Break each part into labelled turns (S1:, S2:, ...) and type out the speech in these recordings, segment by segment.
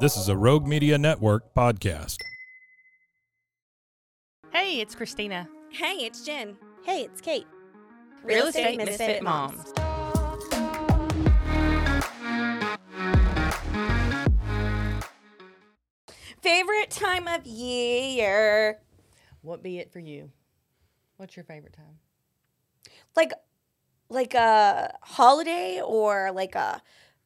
S1: This is a Rogue Media Network podcast.
S2: Hey, it's Christina.
S3: Hey, it's Jen.
S4: Hey, it's Kate.
S3: Real, Estate, Misfit, Moms.
S4: Favorite time of year?
S2: What be it for you? What's your favorite time?
S4: Like like a holiday or like a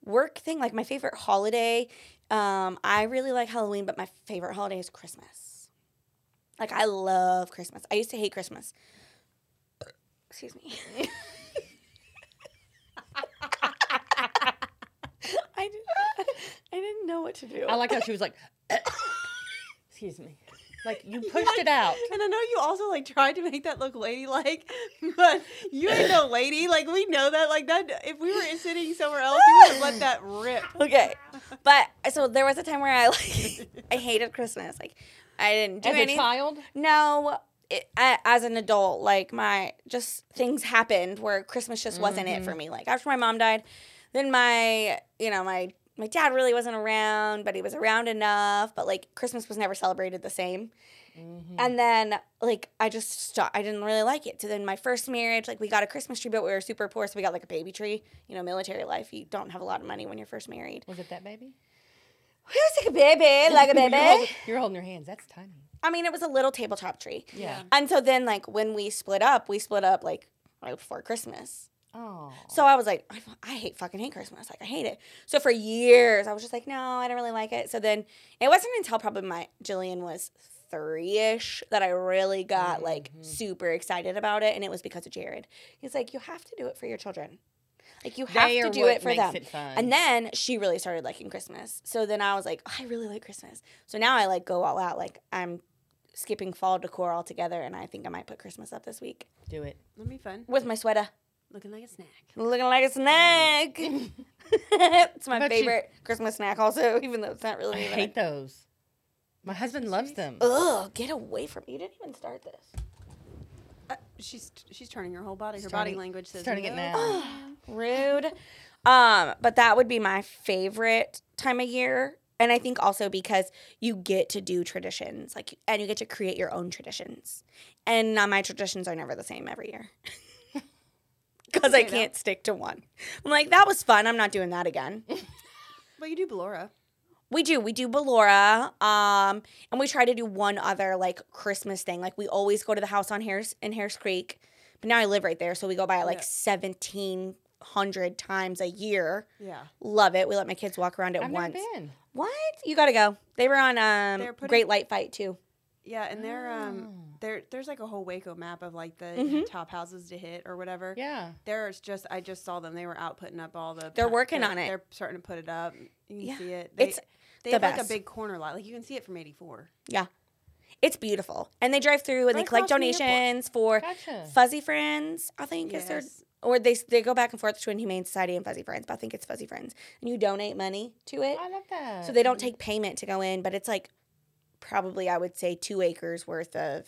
S4: work thing, like my favorite holiday. Um, I really like Halloween, but my favorite holiday is Christmas. Like I love Christmas. I used to hate Christmas. Excuse me. I, did, I didn't know what to do.
S2: I like how she was like, excuse me. Like you pushed it out.
S5: And I know you also like tried to make that look ladylike, but you ain't no lady. Like we know that. Like that. If we were sitting somewhere else, you would have let that rip.
S4: Okay. But so there was a time where I like I hated Christmas. Like I didn't do
S2: As a
S4: anything.
S2: child,
S4: No, it, I, as an adult, like my just things happened where Christmas just wasn't it for me. Like after my mom died, then my you know my my dad really wasn't around, but he was around enough. But like Christmas was never celebrated the same. And then like I just stopped. I didn't really like it. So then my first marriage, like we got a Christmas tree, but we were super poor, so we got like a baby tree. You know, military life, you don't have a lot of money when you're first married.
S2: was it that baby?
S4: It was like a baby, like a
S2: You're,
S4: baby.
S2: holding, you're holding your hands. That's tiny.
S4: I mean, it was a little tabletop tree.
S2: Yeah.
S4: And so then, like, when we split up, we split up like right before Christmas.
S2: Oh.
S4: So I was like, I, fu- I hate fucking hate Christmas. Like, I hate it. So for years, I was just like, no, I don't really like it. So then it wasn't until probably my Jillian was three ish that I really got like
S2: Mm-hmm.
S4: super excited about it. And it was because of Jared. He's like, you have to do it for your children. Like, you have
S2: They
S4: to
S2: are
S4: do
S2: what
S4: it for
S2: makes
S4: them.
S2: it fun.
S4: And then she really started liking Christmas. So then I was like, oh, I really like Christmas. So now I like go all out. Like, I'm skipping fall decor altogether. And I think I might put Christmas up this week
S2: Do it.
S5: That'd be fun.
S4: with my sweater.
S5: Looking like a snack.
S4: Looking like a snack. it's my
S2: But you-
S4: favorite Christmas snack, also, even though it's not really.
S2: I
S4: even a-
S2: hate those. My husband loves them.
S4: Ugh, get away from me. You didn't even start this.
S5: Uh, she's she's turning her whole body. Her
S2: Starting-
S5: body language says
S2: starting it
S5: no.
S2: now.
S4: Rude. Um, but that would be my favorite time of year. And I think also because you get to do traditions, like, and you get to create your own traditions. And uh, my traditions are never the same every year because I can't stick to one. I'm like, that was fun. I'm not doing that again.
S5: Well, you do Belora.
S4: We do. We do Ballora. Um, and we try to do one other like Christmas thing. Like we always go to the house on Harris in Harris Creek. But now I live right there, so we go by it like
S5: Yeah. seventeen
S4: seventeen hundred times a year.
S5: Yeah.
S4: Love it. We let my kids walk around it
S2: I've
S4: once.
S2: never been.
S4: What? You gotta go. They were on um
S5: They're putting-
S4: Great Light Fight too.
S5: Yeah, and they're
S4: Oh.
S5: um there there's like a whole Waco map of like the
S4: Mm-hmm.
S5: top houses to hit or whatever.
S2: Yeah.
S5: There's just I just saw them. They were out putting up all the
S4: They're working on it.
S5: They're starting to put it up. You can
S4: Yeah.
S5: see it.
S4: It's
S5: they
S4: the
S5: have like a
S4: best.
S5: big corner lot. Like you can see it from 84.
S4: Yeah. It's beautiful. And they drive through and
S5: Right
S4: they collect
S5: across from the airport.
S4: donations for
S2: Gotcha.
S4: Fuzzy Friends, I think is their
S5: Yes.
S4: or they they go back and forth between Humane Society and Fuzzy Friends, but I think it's Fuzzy Friends. And you donate money to it.
S2: I love that.
S4: So they don't take payment to go in, but it's like probably I would say two acres worth of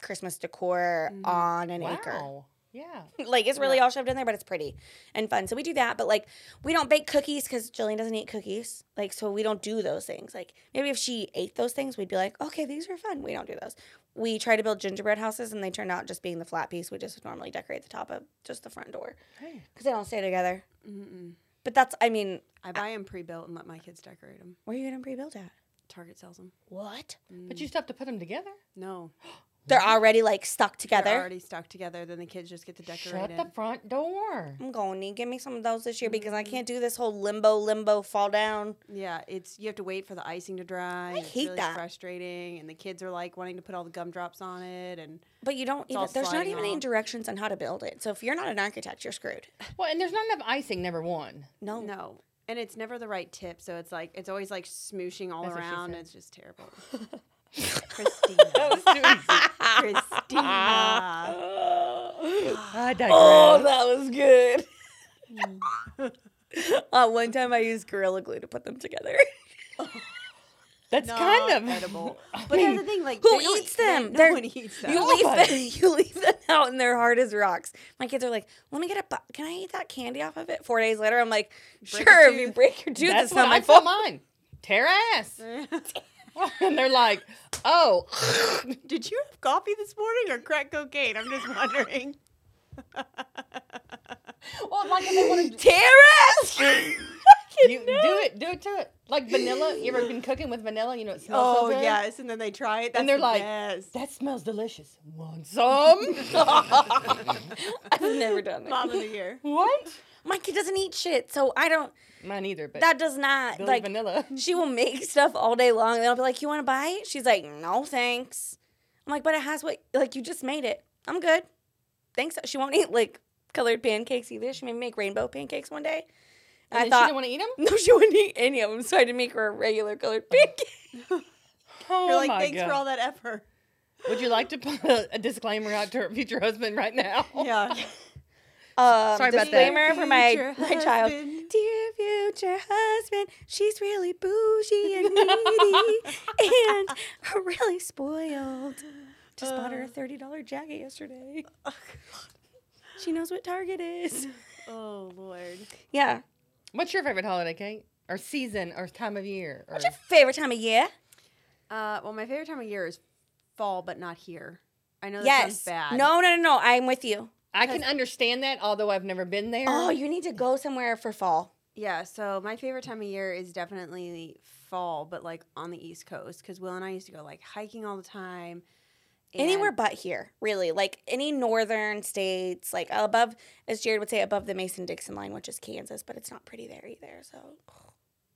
S4: Christmas decor on an
S2: Mm-hmm. wow.
S4: acre.
S2: Yeah.
S4: Like it's really all shoved in there, but it's pretty and fun. So we do that, but like we don't bake cookies because Jillian doesn't eat cookies. Like so we don't do those things. Like maybe if she ate those things, we'd be like, okay, these are fun. We don't do those. We try to build gingerbread houses, and they turn out just being the flat piece. We just normally decorate the top of just the front door
S2: Hey.
S4: because they don't stay together. But that's I mean,
S5: I buy them pre-built and let my kids decorate them.
S4: where are you gonna pre-build at?
S5: Target sells them.
S4: What?
S2: But you
S4: Mm.
S2: still have to put them together.
S5: No.
S4: They're already like stuck together.
S5: Mm-hmm. They're already stuck together. Then the kids just get to decorate
S2: Shut
S5: it.
S2: the front door.
S4: I'm going to need give me some of those this year because I
S5: Mm-hmm.
S4: can't do this whole limbo limbo fall down.
S5: Yeah, it's you have to wait for the icing to dry. and it's
S4: hate
S5: really
S4: that.
S5: frustrating, and the kids are like wanting to put all the gumdrops on it, and
S4: But you don't
S5: all
S4: even, there's not
S5: sliding
S4: even any
S5: off.
S4: directions on how to build it. So if you're not an architect, you're screwed.
S2: Well, and there's not enough icing. Number one.
S4: No.
S5: no, And it's never the right tip, so it's like it's always like smooshing all
S2: That's what she
S5: around.
S2: said.
S5: It's just terrible. Christina, Christina, Oh,
S2: I digress.
S4: Oh, that was good. uh, one time I used Gorilla Glue to put them together.
S2: That's kind of
S5: edible. But that's the thing, like
S4: Who
S5: they don't-
S4: eats them?
S5: No
S4: They're-
S5: one eats them.
S4: You
S5: Oh
S4: leave them, you leave them out, and they're hard as rocks. My kids are like, "Let me get a. bu- Can I eat that candy off of it?" Four days later, I'm like,
S5: Break a
S4: "Sure, if you
S5: tooth."
S4: break your tooth,
S2: That's
S4: it's
S2: what
S4: not my
S2: I tell
S4: fault."
S2: mine. Tear ass. and they're like, oh,
S5: Did you have coffee this morning or crack cocaine? I'm just wondering.
S2: well, like if they want to
S4: Terrace.
S2: you, do it, do it to it. Like vanilla. You ever been cooking with vanilla? You know it smells so
S5: Oh
S2: good.
S5: yes, and then they try it. That's
S2: And they're
S5: the
S2: like,
S5: best.
S2: that smells delicious. Want some?
S4: I've never done it.
S5: mom of the
S2: Oh
S5: year.
S2: what?
S4: My kid doesn't eat shit, so I don't.
S2: Mine either. But
S4: That does not
S2: Billy
S4: like.
S2: vanilla.
S4: She will make stuff all day long, and I'll be like, "You want to buy it?" She's like, "No, thanks." I'm like, "But it has what? Like you just made it. I'm good. Thanks." She won't eat like colored pancakes either. She may make rainbow pancakes one day.
S2: And
S4: I
S2: then she
S4: thought
S2: didn't want to eat them.
S4: No, she wouldn't eat any of them, so I had to make her a regular colored pancake.
S2: Oh
S5: You're like,
S2: my
S5: thanks
S2: god.
S5: for all that effort.
S2: Would you like to put a, a disclaimer out to her future husband right now?
S5: Yeah.
S4: Um,
S2: Sorry about that.
S4: disclaimer for my
S5: Future
S4: my child.
S5: husband.
S4: Dear future husband, she's really bougie and needy and really spoiled. Just bought
S5: Uh.
S4: her a thirty dollar jacket yesterday. She knows what Target is.
S5: Oh Lord.
S4: Yeah.
S2: What's your favorite holiday, Kate? Or season, or time of year? Or...
S4: What's your favorite time of year?
S5: Uh, well, my favorite time of year is fall, but not here. I know that sounds
S4: yes.
S5: bad.
S4: No, no, no, no. I'm with you.
S2: I can understand that, although I've never been there.
S4: Oh, you need to go somewhere for fall.
S5: Yeah. So my favorite time of year is definitely fall, but like on the East Coast, because Will and I used to go like hiking all the time. and-
S4: Anywhere but here, really. Like any northern states, like above, as Jared would say, above the Mason Dixon line, which is Kansas, but it's not pretty there either. So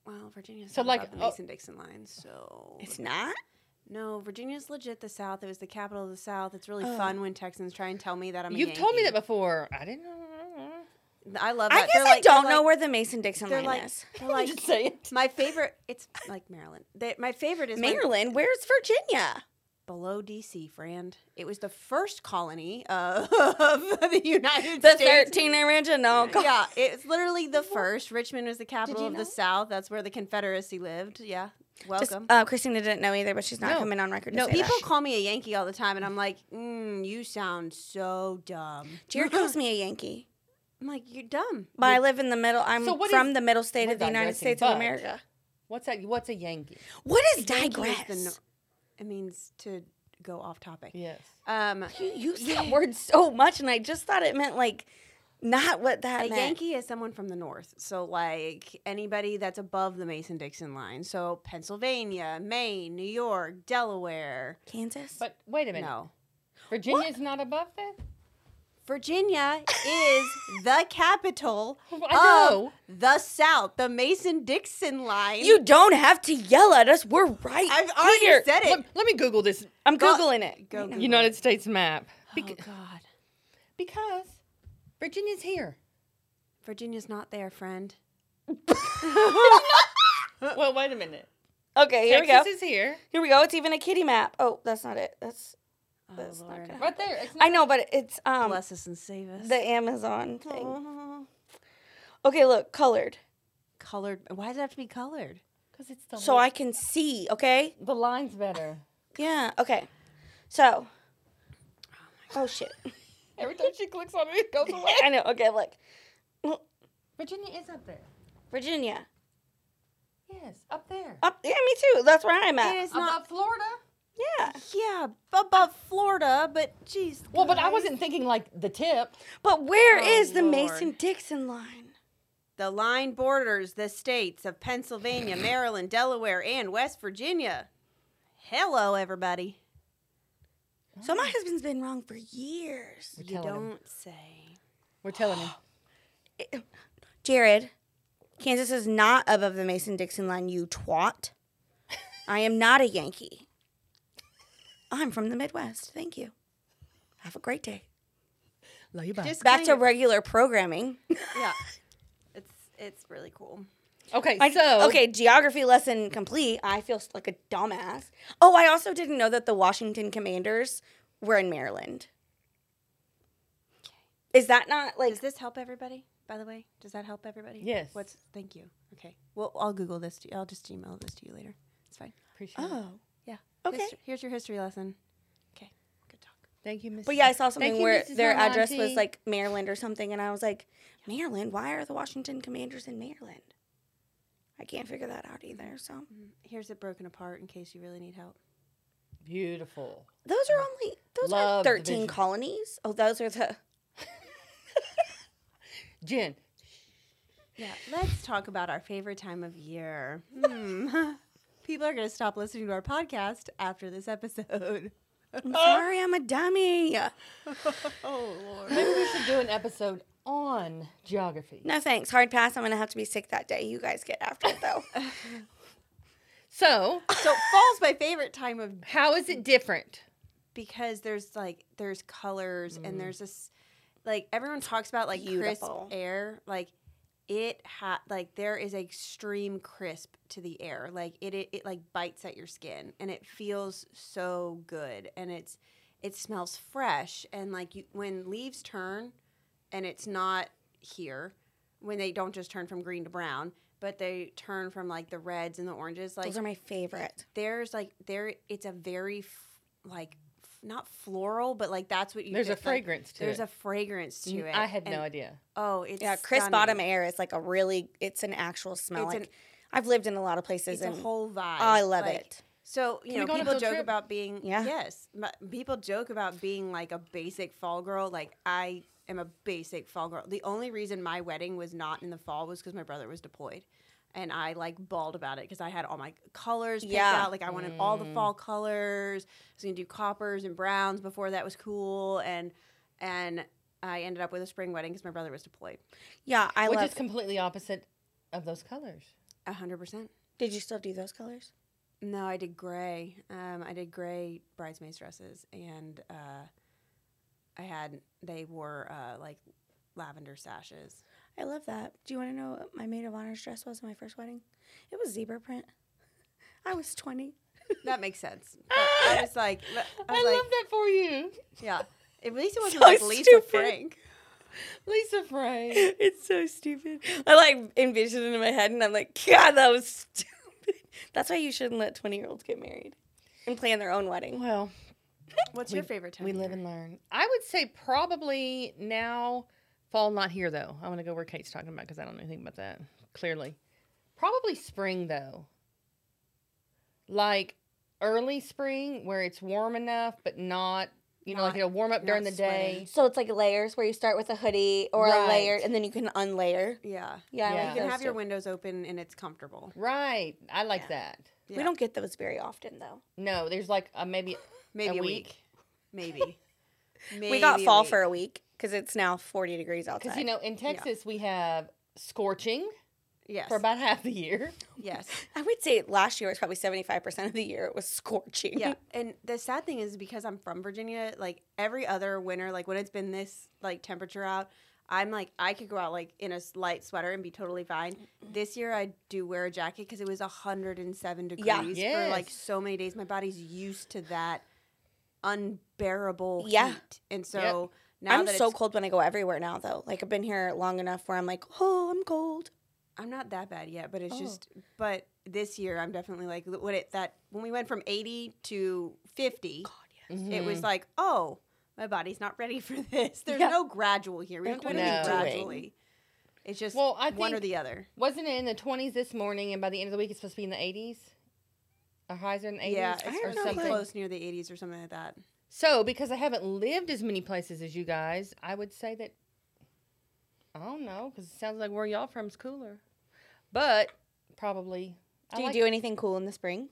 S5: Well, Virginia's
S2: So,
S5: not
S2: like,
S5: above the
S2: oh-
S5: Mason Dixon line, so
S4: it's not.
S5: no, Virginia's legit the South. It was the capital of the South. It's really fun when Texans try and tell me that I'm. A
S2: You've told me that
S5: Yankee.
S2: before. I didn't know.
S5: I love.
S4: I
S5: That.
S4: guess
S5: They're
S4: I
S5: like- they're
S4: don't know
S5: like-
S4: where the Mason Dixon
S5: they're
S4: line
S5: like.
S4: is.
S5: They're like
S2: Just say it.
S5: my favorite. It's like Maryland. They, my favorite is when-
S4: Maryland, where's Virginia?
S5: below DC, friend. It was the first colony of the United
S4: The Oh,
S5: States.
S4: 13 original. co-
S5: Yeah, it's literally the first. Richmond was the capital
S4: you
S5: of
S4: know?
S5: the South. That's where the Confederacy lived. Yeah,
S4: Just,
S5: welcome.
S4: uh, Christina didn't know either, but she's not
S2: No.
S4: coming on record. To
S2: No,
S4: say
S5: People
S4: that.
S5: call me a Yankee all the time, and I'm like, mm, you sound so dumb.
S4: Jared calls me a Yankee,
S5: I'm like, you're dumb.
S4: but I live in the middle. I'm
S2: So what
S4: from
S2: is-
S4: the middle state
S2: we're
S4: of the United
S2: digressing,
S4: States
S2: but-
S4: of America.
S2: What's that? What's a Yankee?
S4: What is
S5: Yankee is
S4: digress?
S5: the no- it means to go off topic.
S2: Yes.
S5: Um,
S4: You use that word so much, and I just thought it meant like not what that
S5: A
S4: meant.
S5: Yankee is someone from the north. So like anybody that's above the Mason Dixon line. So Pennsylvania, Maine, New York, Delaware.
S4: Kansas.
S2: But wait a minute.
S5: No.
S2: Virginia's not above that?
S5: Virginia is the capital
S2: I know.
S5: of the South, the Mason Dixon line.
S4: you don't have to yell at us. We're right
S5: I've already
S4: here.
S5: said it.
S2: Let, let me Google this
S4: I'm googling it.
S5: Go, Google.
S2: United States map.
S5: Oh
S2: Bec-
S5: God.
S2: because Virginia's here.
S5: Virginia's not there, friend.
S2: well, wait a minute.
S4: Okay, here
S2: Texas
S4: we go.
S2: is here.
S4: Here we go. It's even a kitty map. Oh, that's not it. That's that's not
S5: Lord.
S4: gonna
S2: Right there. It's not
S4: I know, but it's um
S5: Bless us and save us.
S4: the Amazon thing. Okay, look, colored.
S5: Colored. Why does it have to be colored?
S2: because it's the
S4: So I can see, okay?
S2: the line's better.
S4: Yeah, okay. So Oh shit.
S2: Every time she clicks on it, it goes away.
S4: I know. Okay, look.
S2: Virginia is up there.
S4: Virginia.
S2: Yes, up there.
S4: Up yeah, me too. That's where Uh, I'm
S5: It
S4: at.
S5: is not.
S2: Above Florida.
S4: Yeah.
S5: Yeah, above Florida, but jeez.
S2: Well, but I
S5: guys.
S2: wasn't thinking like the tip.
S4: But where is
S5: Oh,
S4: the
S5: Lord.
S4: Mason Dixon line?
S5: The line borders the states of Pennsylvania, Maryland, Delaware, and West Virginia. Hello, everybody.
S4: So my husband's been wrong for years.
S2: We're telling him.
S5: say.
S2: We're telling him.
S4: Jared, Kansas is not above the Mason Dixon line, you twat. I am not a Yankee. I'm from the Midwest. Thank you. Have a great day.
S2: Lay back.
S5: Just
S4: Back to
S5: kinda-
S4: regular programming.
S5: yeah. It's it's really cool.
S2: Okay,
S4: I-
S2: so
S4: okay, geography lesson complete. I feel s- like a dumbass. Oh, I also didn't know that the Washington Commanders were in Maryland. Is that not like
S5: Does this help everybody? By the way, does that help everybody?
S2: Yes.
S5: What's? Thank you. Okay. Well, I'll Google this. To, I'll just email this to you later. It's fine.
S2: Appreciate it.
S4: ah, Oh.
S5: Yeah.
S4: Okay.
S5: Histo- here's your history lesson. Okay. Good talk.
S2: Thank you, Miss.
S4: But yeah, I saw something
S2: Thank you,
S4: where
S2: Mrs.
S4: their address was
S2: Almonte.
S4: like Maryland or something, and I was like, Maryland? Why are the Washington Commanders in Maryland? I can't figure that out either. So
S5: Here's it broken apart in case you really need help.
S2: beautiful.
S4: those are only those
S2: Love
S4: are thirteen
S2: division.
S4: colonies. Oh, those are the
S2: Jen,
S5: Yeah. Let's talk about our favorite time of year. Hmm. People are going to stop listening to our podcast after this episode.
S4: I'm sorry, I'm a dummy.
S5: Oh lord.
S2: maybe we should do an episode on geography.
S4: No thanks. Hard pass. I'm gonna have to be sick that day. You guys get after it though.
S2: So,
S5: So fall's my favorite time of
S2: how is it different?
S5: because there's like there's colors and there's this like everyone talks about like
S4: Beautiful.
S5: crisp air like it ha like there is extreme crisp to the air like it, it it like bites at your skin and it feels so good and it's it smells fresh and like you when leaves turn and it's not here when they don't just turn from green to brown but they turn from like the reds and the oranges like
S4: Those are my favorite.
S5: there's like there it's a very f- like f- not floral but like that's what you
S2: There's a
S5: like,
S2: fragrance to
S5: there's
S2: it.
S5: a fragrance to it
S2: I had no
S5: And-
S2: idea.
S5: oh it's
S4: Yeah, crisp
S5: stunning.
S4: bottom air is like a really. It's an actual smell.
S5: It's
S4: like
S5: an-
S4: I've lived in a lot of places
S5: it's a
S4: and
S5: whole vibe
S4: Oh, I love
S5: Like,
S4: it.
S5: so you
S2: we
S5: know
S2: go on a
S5: people
S2: field
S5: joke
S2: trip?
S5: about being
S4: Yeah.
S5: yes m- people joke about being like a basic fall girl like I am a basic fall girl the only reason my wedding was not in the fall was because my brother was deployed and I like bawled about it because I had all my colors picked
S4: Yeah.
S5: out like I wanted all
S2: Mm.
S5: the fall colors I was gonna do coppers and browns before that was cool and and I ended up with a spring wedding because my brother was deployed
S4: Yeah, I
S2: Which
S4: love.
S2: is completely opposite of those colors.
S5: hundred percent.
S4: Did you still do those colors?
S5: No, I did gray. Um, I did gray bridesmaids dresses, and uh, I had they wore uh, like lavender sashes.
S4: I love that. Do you want to know what my maid of honor's dress was at my first wedding? It was zebra print. I was 20.
S5: That makes sense. But I was like, but
S2: I,
S5: I was
S2: love
S5: like,
S2: that for you,
S5: yeah. At least it wasn't
S4: So
S5: like Lisa
S4: stupid.
S5: Frank.
S2: Lisa Frank.
S4: It's so stupid. I like envision it in my head and I'm like, God, that was stupid. That's why you shouldn't let 20 year olds get married and plan their own wedding.
S2: Well,
S5: What's your favorite time?
S2: we
S5: of
S2: live
S5: year?
S2: and learn. I would say probably now fall, not here though. I want to go where Kate's talking about because I don't know anything about that. Clearly, probably spring though. Like early spring where it's warm enough, but not you know like
S5: Not-
S2: it'll warm up during the
S5: not
S2: day.
S4: So it's like layers where you start with a hoodie or a
S2: Right.
S4: layer and then you can unlayer.
S5: Yeah.
S4: Yeah, I
S2: Yeah.
S4: like
S5: You can
S4: those
S5: have your
S4: too.
S5: windows open and it's comfortable.
S2: Right, I like that.
S5: Yeah.
S4: We don't get those very often though.
S2: No, there's like a, maybe
S5: Maybe
S2: a week.
S5: a week. Maybe. Maybe.
S4: we got
S5: a
S4: fall
S5: week.
S4: for a week because it's now 40 degrees outside.
S2: because you know in Texas we have scorching
S5: yes.
S2: for about half the year.
S5: yes.
S4: I would say last year was probably 75% of the year it was scorching.
S5: Yeah, and the sad thing is because I'm from Virginia, like every other winter, like when it's been this like temperature out, I'm like I could go out like in a s- light sweater and be totally fine. This year I do wear a jacket because it was 107 degrees
S4: Yeah.
S5: for like
S2: Yes.
S5: so many days. My body's used to that unbearable
S4: Yeah.
S5: heat, and so now
S4: I'm
S5: that
S4: so
S5: it's,
S4: cold when I go everywhere now, though. Like I've been here long enough where I'm like, oh, I'm cold.
S5: I'm not that bad yet, but it's just but this year I'm definitely like l- when it that when we went from 80 to 50. it
S2: Mm-hmm.
S5: was like, oh, my body's not ready for this. There's
S4: Yeah.
S5: no gradual here. We don't do
S4: Like,
S5: anything
S2: no.
S5: gradually. It's just
S2: Well, I
S5: one or
S2: think-
S5: the other.
S2: Wasn't it in the 20s this morning, and by the end of the week, it's supposed to be in the 80s? Or highs are in the 80s?
S5: Yeah,
S4: I
S5: it's
S4: have
S2: or
S4: no
S5: pretty
S2: something.
S4: clue.
S5: close near the 80s or something like that.
S2: So, because I haven't lived as many places as you guys, I would say that, I don't know, because it sounds like where y'all from's cooler. But probably. I
S4: Do you
S2: like-
S4: do anything cool in the spring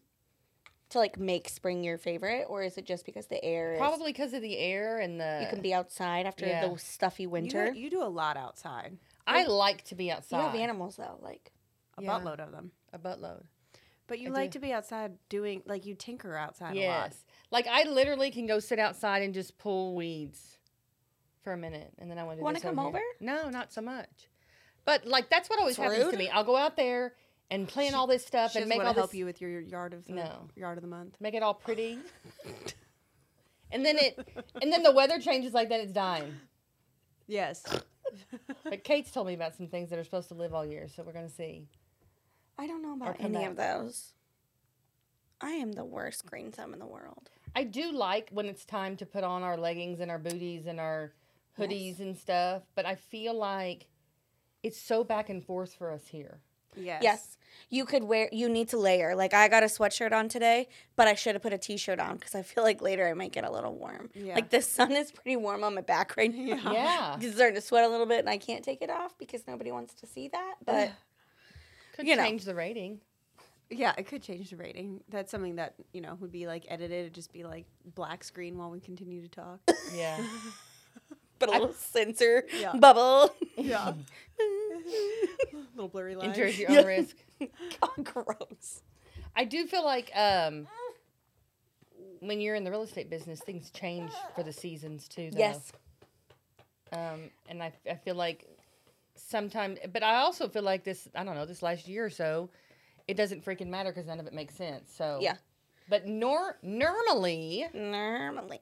S4: to like make spring your favorite, or is it just because the air? Is,
S2: Probably because of the air and the.
S4: you can be outside after
S2: Yeah.
S4: the stuffy
S5: You
S4: winter.
S5: do,
S4: You,
S5: you do a lot outside,
S2: I like to be outside.
S4: have animals though, like
S5: a
S2: Yeah.
S5: buttload of them.
S2: A buttload.
S5: But you
S2: I
S5: like
S2: do.
S5: to be outside doing, like you tinker outside a lot.
S2: Yes. Like, I literally can go sit outside and just pull weeds for a minute, and then I want to
S4: Wanna
S2: do this
S4: come
S2: over here.
S4: over?
S2: No, not so much. But like that's what always happens to
S4: rude.
S2: me. I'll go out there and plan all this stuff
S5: She
S2: and
S5: doesn't
S2: make
S5: want
S2: all
S5: to help
S2: this,
S5: you with your, your yard of the
S2: No.
S5: yard of the month.
S2: make it all pretty. and then it, and then the weather changes like that. It's dying.
S5: Yes.
S2: But Kate's told me about some things that are supposed to live all year, so we're gonna see.
S4: I don't know about
S2: come
S4: any of those. I am the worst green thumb in the world.
S2: I do like when it's time to put on our leggings and our booties and our hoodies and stuff, but I feel like it's so back and forth for us here.
S5: Yes.
S4: Yes. You could wear you need to layer. Like I got a sweatshirt on today, but I should have put a t-shirt on cuz I feel like later I might get a little warm.
S5: Yeah.
S4: Like the sun is pretty warm on my back right now.
S2: Yeah.
S4: It's starting to sweat a little bit and I can't take it off because nobody wants to see that, but
S2: Could
S4: You know.
S2: change the rating.
S5: Yeah, it could change the rating. That's something that, you know, would be like edited. It'd just be like black screen while we continue to talk.
S2: Yeah.
S4: but a little sensor
S5: Yeah.
S4: bubble.
S5: yeah. little blurry lines.
S2: Endures your own risk.
S4: God, Oh, gross.
S2: I do feel like um, when you're in the real estate business, things change for the seasons too. Though.
S4: Yes.
S2: Um, and I, I feel like sometimes, but I also feel like this, I don't know, this last year or so, it doesn't freaking matter because none of it makes sense. So,
S5: Oh.
S4: Yeah.
S2: But nor normally,
S4: Normally.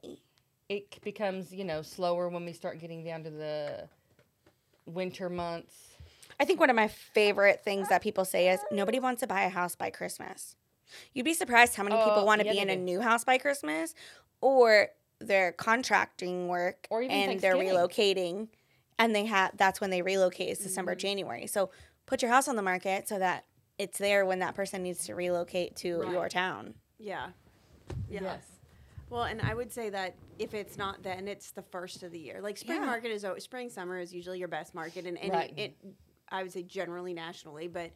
S2: it c- becomes, you know, slower when we start getting down to the winter months.
S4: I think one of my favorite things that people say is nobody wants to buy a house by Christmas. You'd be surprised how many
S2: Oh,
S4: people want to
S2: yeah,
S4: be
S2: they
S4: in a
S2: do.
S4: new house by Christmas or they're contracting work
S2: Or even
S4: and they're
S2: Thanksgiving.
S4: relocating and they have that's when they relocate is December, January. So put your house on the market so that it's there when that person needs to relocate to your town.
S5: Yeah. Yeah.
S2: Yes.
S5: Well, and I would say that if it's not then, it's the first of the year. Like spring
S4: Yeah.
S5: market is always, spring summer is usually your best market, and any
S2: Right.
S5: it, I would say generally nationally, but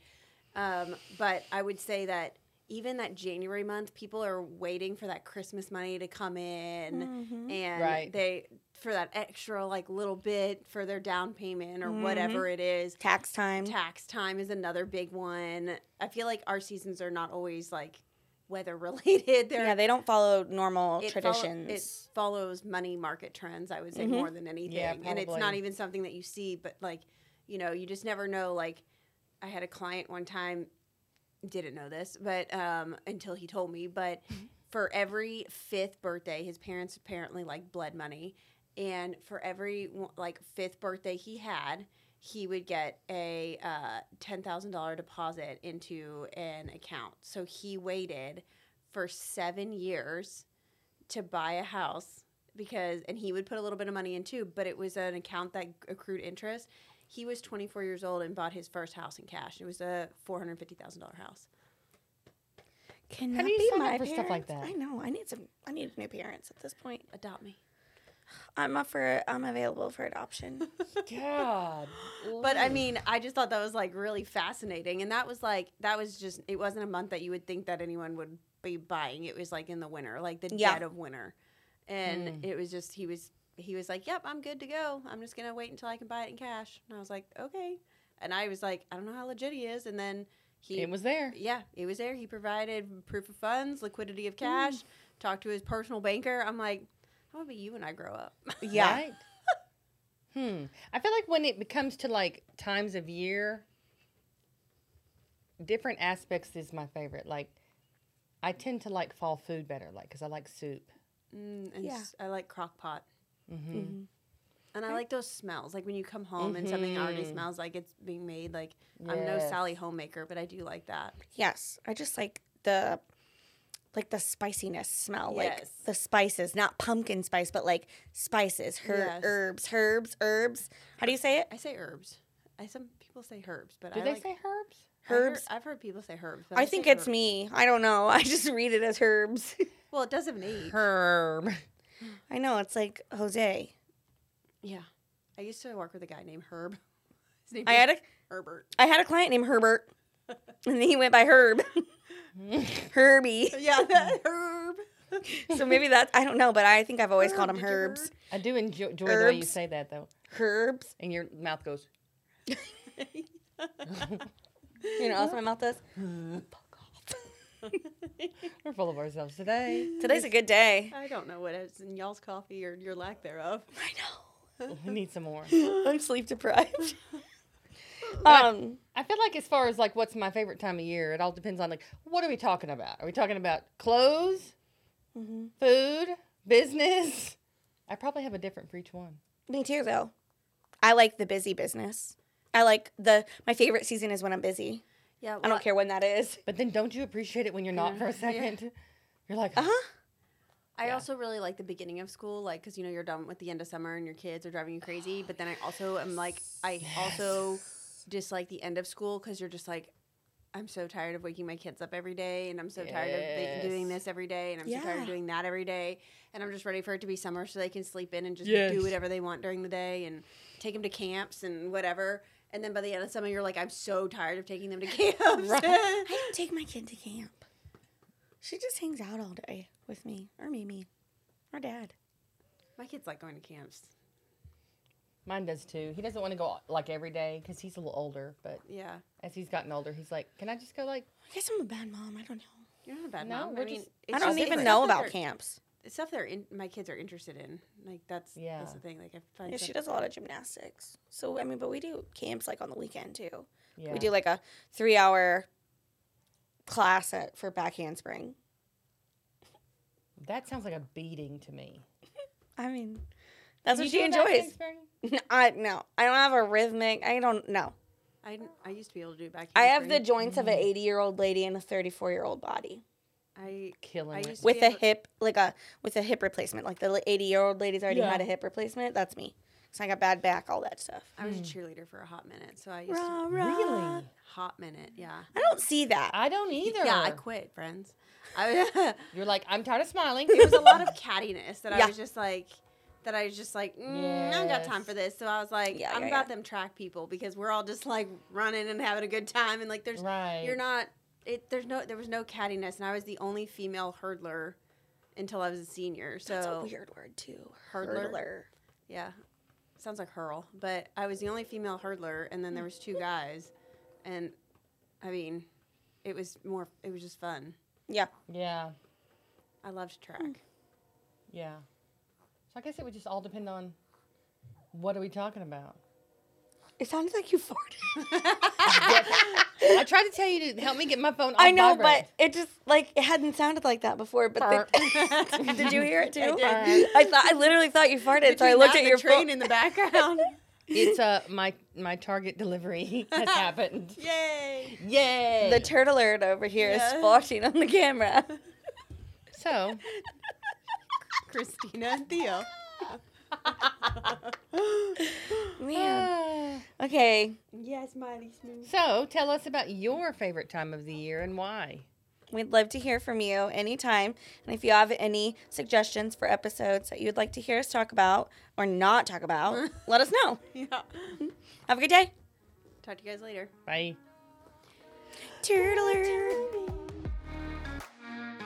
S5: um, but I would say that even that January month, people are waiting for that Christmas money to come in, and
S2: Mm-hmm. Right.
S5: they for that extra like little bit for their down payment or
S2: Mm-hmm.
S5: whatever it is.
S4: Tax time.
S5: Tax time is another big one. I feel like our seasons are not always like weather related. They're
S4: yeah, they don't follow normal
S5: it follow-
S4: traditions.
S5: it follows money market trends, I would say, more than anything. and it's not
S2: probably.
S5: even something that you see, but like, you know, you just never know. Like, I had a client one time, didn't know this, but um, until he told me, but for every fifth birthday, his parents apparently like bled money. And for every one- like fifth birthday he had, he would get a uh, $10,000 deposit into an account. So he waited for seven years to buy a house because and he would put a little bit of money in too but it was an account that accrued interest he was 24 years old and bought his first house in cash it was a $450000 house
S4: Cannot
S2: do you
S4: be
S2: sign up
S4: my
S2: for stuff like
S4: parents. I know. I need some I need new parents at this point.
S5: adopt me
S4: I'm up for I'm available for adoption.
S2: God.
S5: but i mean i just thought that was like really fascinating and that was like that was just it wasn't a month that you would think that anyone would be buying it was like in the winter like the
S4: Yeah.
S5: dead of winter and it was just he was he was like yep i'm good to go i'm just gonna wait until i can buy it in cash and i was like okay and i was like i don't know how legit he is and then he
S2: it was there.
S5: Yeah, it was there. He provided proof of funds, liquidity of cash,
S4: Mm.
S5: talked to his personal banker. I'm like, how about you when I grow up?
S4: Yeah.
S2: Right? hmm. I feel like when it comes to like times of year, different aspects is my favorite. Like, I tend to like fall food better, like, because I like soup.
S5: Mm, and
S4: Yeah. Mm-hmm.
S5: s- I like crock pot. And I like those smells. Like when you come home and something already smells like it's being made. Like, I'm no
S2: Yes.
S5: Sally homemaker, but I do like that.
S4: Yes, I just like the like the spiciness smell, like
S5: Yes.
S4: the spices, not pumpkin spice, but like spices, her-
S5: Yes.
S4: herbs, herbs, herbs. How do you say it?
S5: I say herbs. I Some people say herbs, but
S2: Do
S5: I
S2: they
S5: like,
S2: say herbs?
S5: I've heard-
S4: herbs?
S5: I've heard, people say herbs. but
S4: I think
S5: say
S4: it's
S5: herb.
S4: me. I don't know. I just read it as herbs.
S5: Well, it does have an H.
S2: Herb.
S4: I know it's like Jose.
S5: Yeah. I used to work with a guy named Herb. His name
S4: I
S5: was
S4: had a
S5: Herbert.
S4: I had a client named Herbert, and then he went by Herb, Herbie.
S5: Yeah, that Herb.
S4: So maybe that I don't know, but I think I've always called him
S5: Did you heard?
S4: herbs,
S2: I do enjoy, enjoy the way you
S4: Herbs.
S2: say that, though.
S4: herbs.
S2: And your mouth goes,
S4: You know, what else my mouth does.
S2: we're full of ourselves today.
S4: Today's a good day.
S5: I don't know what is in y'all's coffee or your lack thereof.
S4: I know.
S2: We need some more.
S4: I'm sleep deprived. Um,
S2: I feel like as far as like what's my favorite time of year, it all depends on like what are we talking about? Are we talking about clothes,
S5: Mm-hmm.
S2: food, business? I probably have a different for each one.
S4: me too, though. I like the busy business. I like the my favorite season is when I'm busy.
S5: Yeah,
S4: I
S5: well,
S4: don't care when that is.
S2: But then don't you appreciate it when you're not for a second? You're like,
S5: Uh-huh. I also really like the beginning of school, like because you know you're done with the end of summer and your kids are driving you crazy. But then I also am like, I also dislike the end of school because you're just like, I'm so tired of waking my kids up every day, and I'm so tired of thi- doing this every day, and I'm so tired
S4: Yeah.
S5: of doing that every day, and I'm just ready for it to be summer so they can sleep in and just
S2: Yes.
S5: do whatever they want during the day and take them to camps and whatever. And then by the end of summer, you're like, I'm so tired of taking them to camps.
S4: I don't take my kid to camp. She just hangs out all day with me or Mimi or Dad.
S5: my kids like going to camps.
S2: mine does too. He doesn't want to go like every day because he's a little older. But
S5: Yeah,
S2: as he's gotten older, he's like, can I just go like
S4: I guess I'm a bad mom. I don't know.
S5: you're not a bad
S2: No,
S5: mom.
S2: we're
S5: I mean,
S2: just-
S5: it's
S4: I don't
S5: just
S4: even
S5: different.
S4: know
S5: Stuff
S4: about
S5: they're-
S4: camps.
S5: stuff they're in, my kids are interested in. Like that's
S2: Yeah.
S5: that's the thing. Like I find
S4: Yeah, she
S5: stuff-
S4: does a lot of gymnastics. So I mean, but we do camps like on the weekend too.
S2: Yeah.
S4: We do like a three-hour class at, for back handspring.
S2: that? Sounds like a beating to me.
S4: I mean, that's
S2: You
S4: what she
S2: do that,
S4: enjoys.
S2: Kingsbury?
S4: I no, I don't have a rhythmic. I don't know.
S5: I didn't- I used to be able to do back.
S4: I have the joints of an 80 year old lady and a 34 year old body
S5: I
S2: Killing
S5: I
S2: it.
S5: used to
S4: with
S5: be
S4: a
S5: able-
S4: hip, like a with a hip replacement. Like the 80 year old lady's already
S2: Yeah.
S4: had a hip replacement. That's me. So I got bad back, all that stuff.
S5: I
S2: Hmm.
S5: was a cheerleader for a hot minute, so I used to
S2: Really?
S5: hot minute. Yeah.
S4: I don't see that.
S2: I don't either.
S5: Yeah, I quit, friends. I,
S2: You're like, I'm tired of smiling.
S5: there was a lot of cattiness that
S4: Yeah.
S5: I was just like, that I was just like, mm, I don't got time
S2: Yes.
S5: for this. So I was like,
S4: Yeah,
S5: I'm
S4: yeah,
S5: about
S4: yeah.
S5: them track people because we're all just like running and having a good time and like there's
S2: Right.
S5: you're not it there's no there was no cattiness and I was the only female hurdler until I was a senior. So
S4: That's a weird word too.
S5: Hurdler?
S4: Hurdler.
S5: Yeah. Sounds like hurl, but I was the only female hurdler and then there was two guys and I mean, it was more it was just fun.
S4: Yeah.
S2: yeah.
S5: I loved track.
S2: Yeah. So I guess it would just all depend on what are we talking about.
S4: It sounded like you farted.
S2: I tried to tell you to help me get my phone. Off
S4: I know, but it just like it hadn't sounded like that before. But the, did you hear it too? I, thought I literally thought you farted, so I
S5: Between
S4: looked at
S5: that and
S4: your
S5: the train
S4: phone.
S5: in the background.
S2: it's uh my my Target delivery has happened.
S5: Yay.
S2: Yay!
S4: The turtle alert over here is
S5: Yeah.
S4: spotting on the camera.
S2: so
S5: Christina and Theo.
S4: Man. Okay.
S5: Yes, Miley Smooth.
S2: so tell us about your favorite time of the year and why.
S4: We'd love to hear from you anytime. And if you have any suggestions for episodes that you'd like to hear us talk about or not talk about, let us know.
S5: Yeah.
S4: Have a good day.
S5: Talk to you guys later.
S2: Bye.
S4: Turtle alert.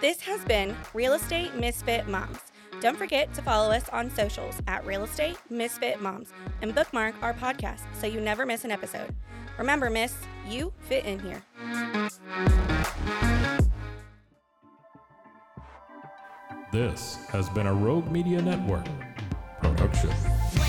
S4: This has been Real Estate Misfit Moms. Don't forget to follow us on socials at Real Estate Misfit Moms and bookmark our podcast so you never miss an episode. Remember, Miss, you fit in here.
S1: This has been a Rogue Media Network production.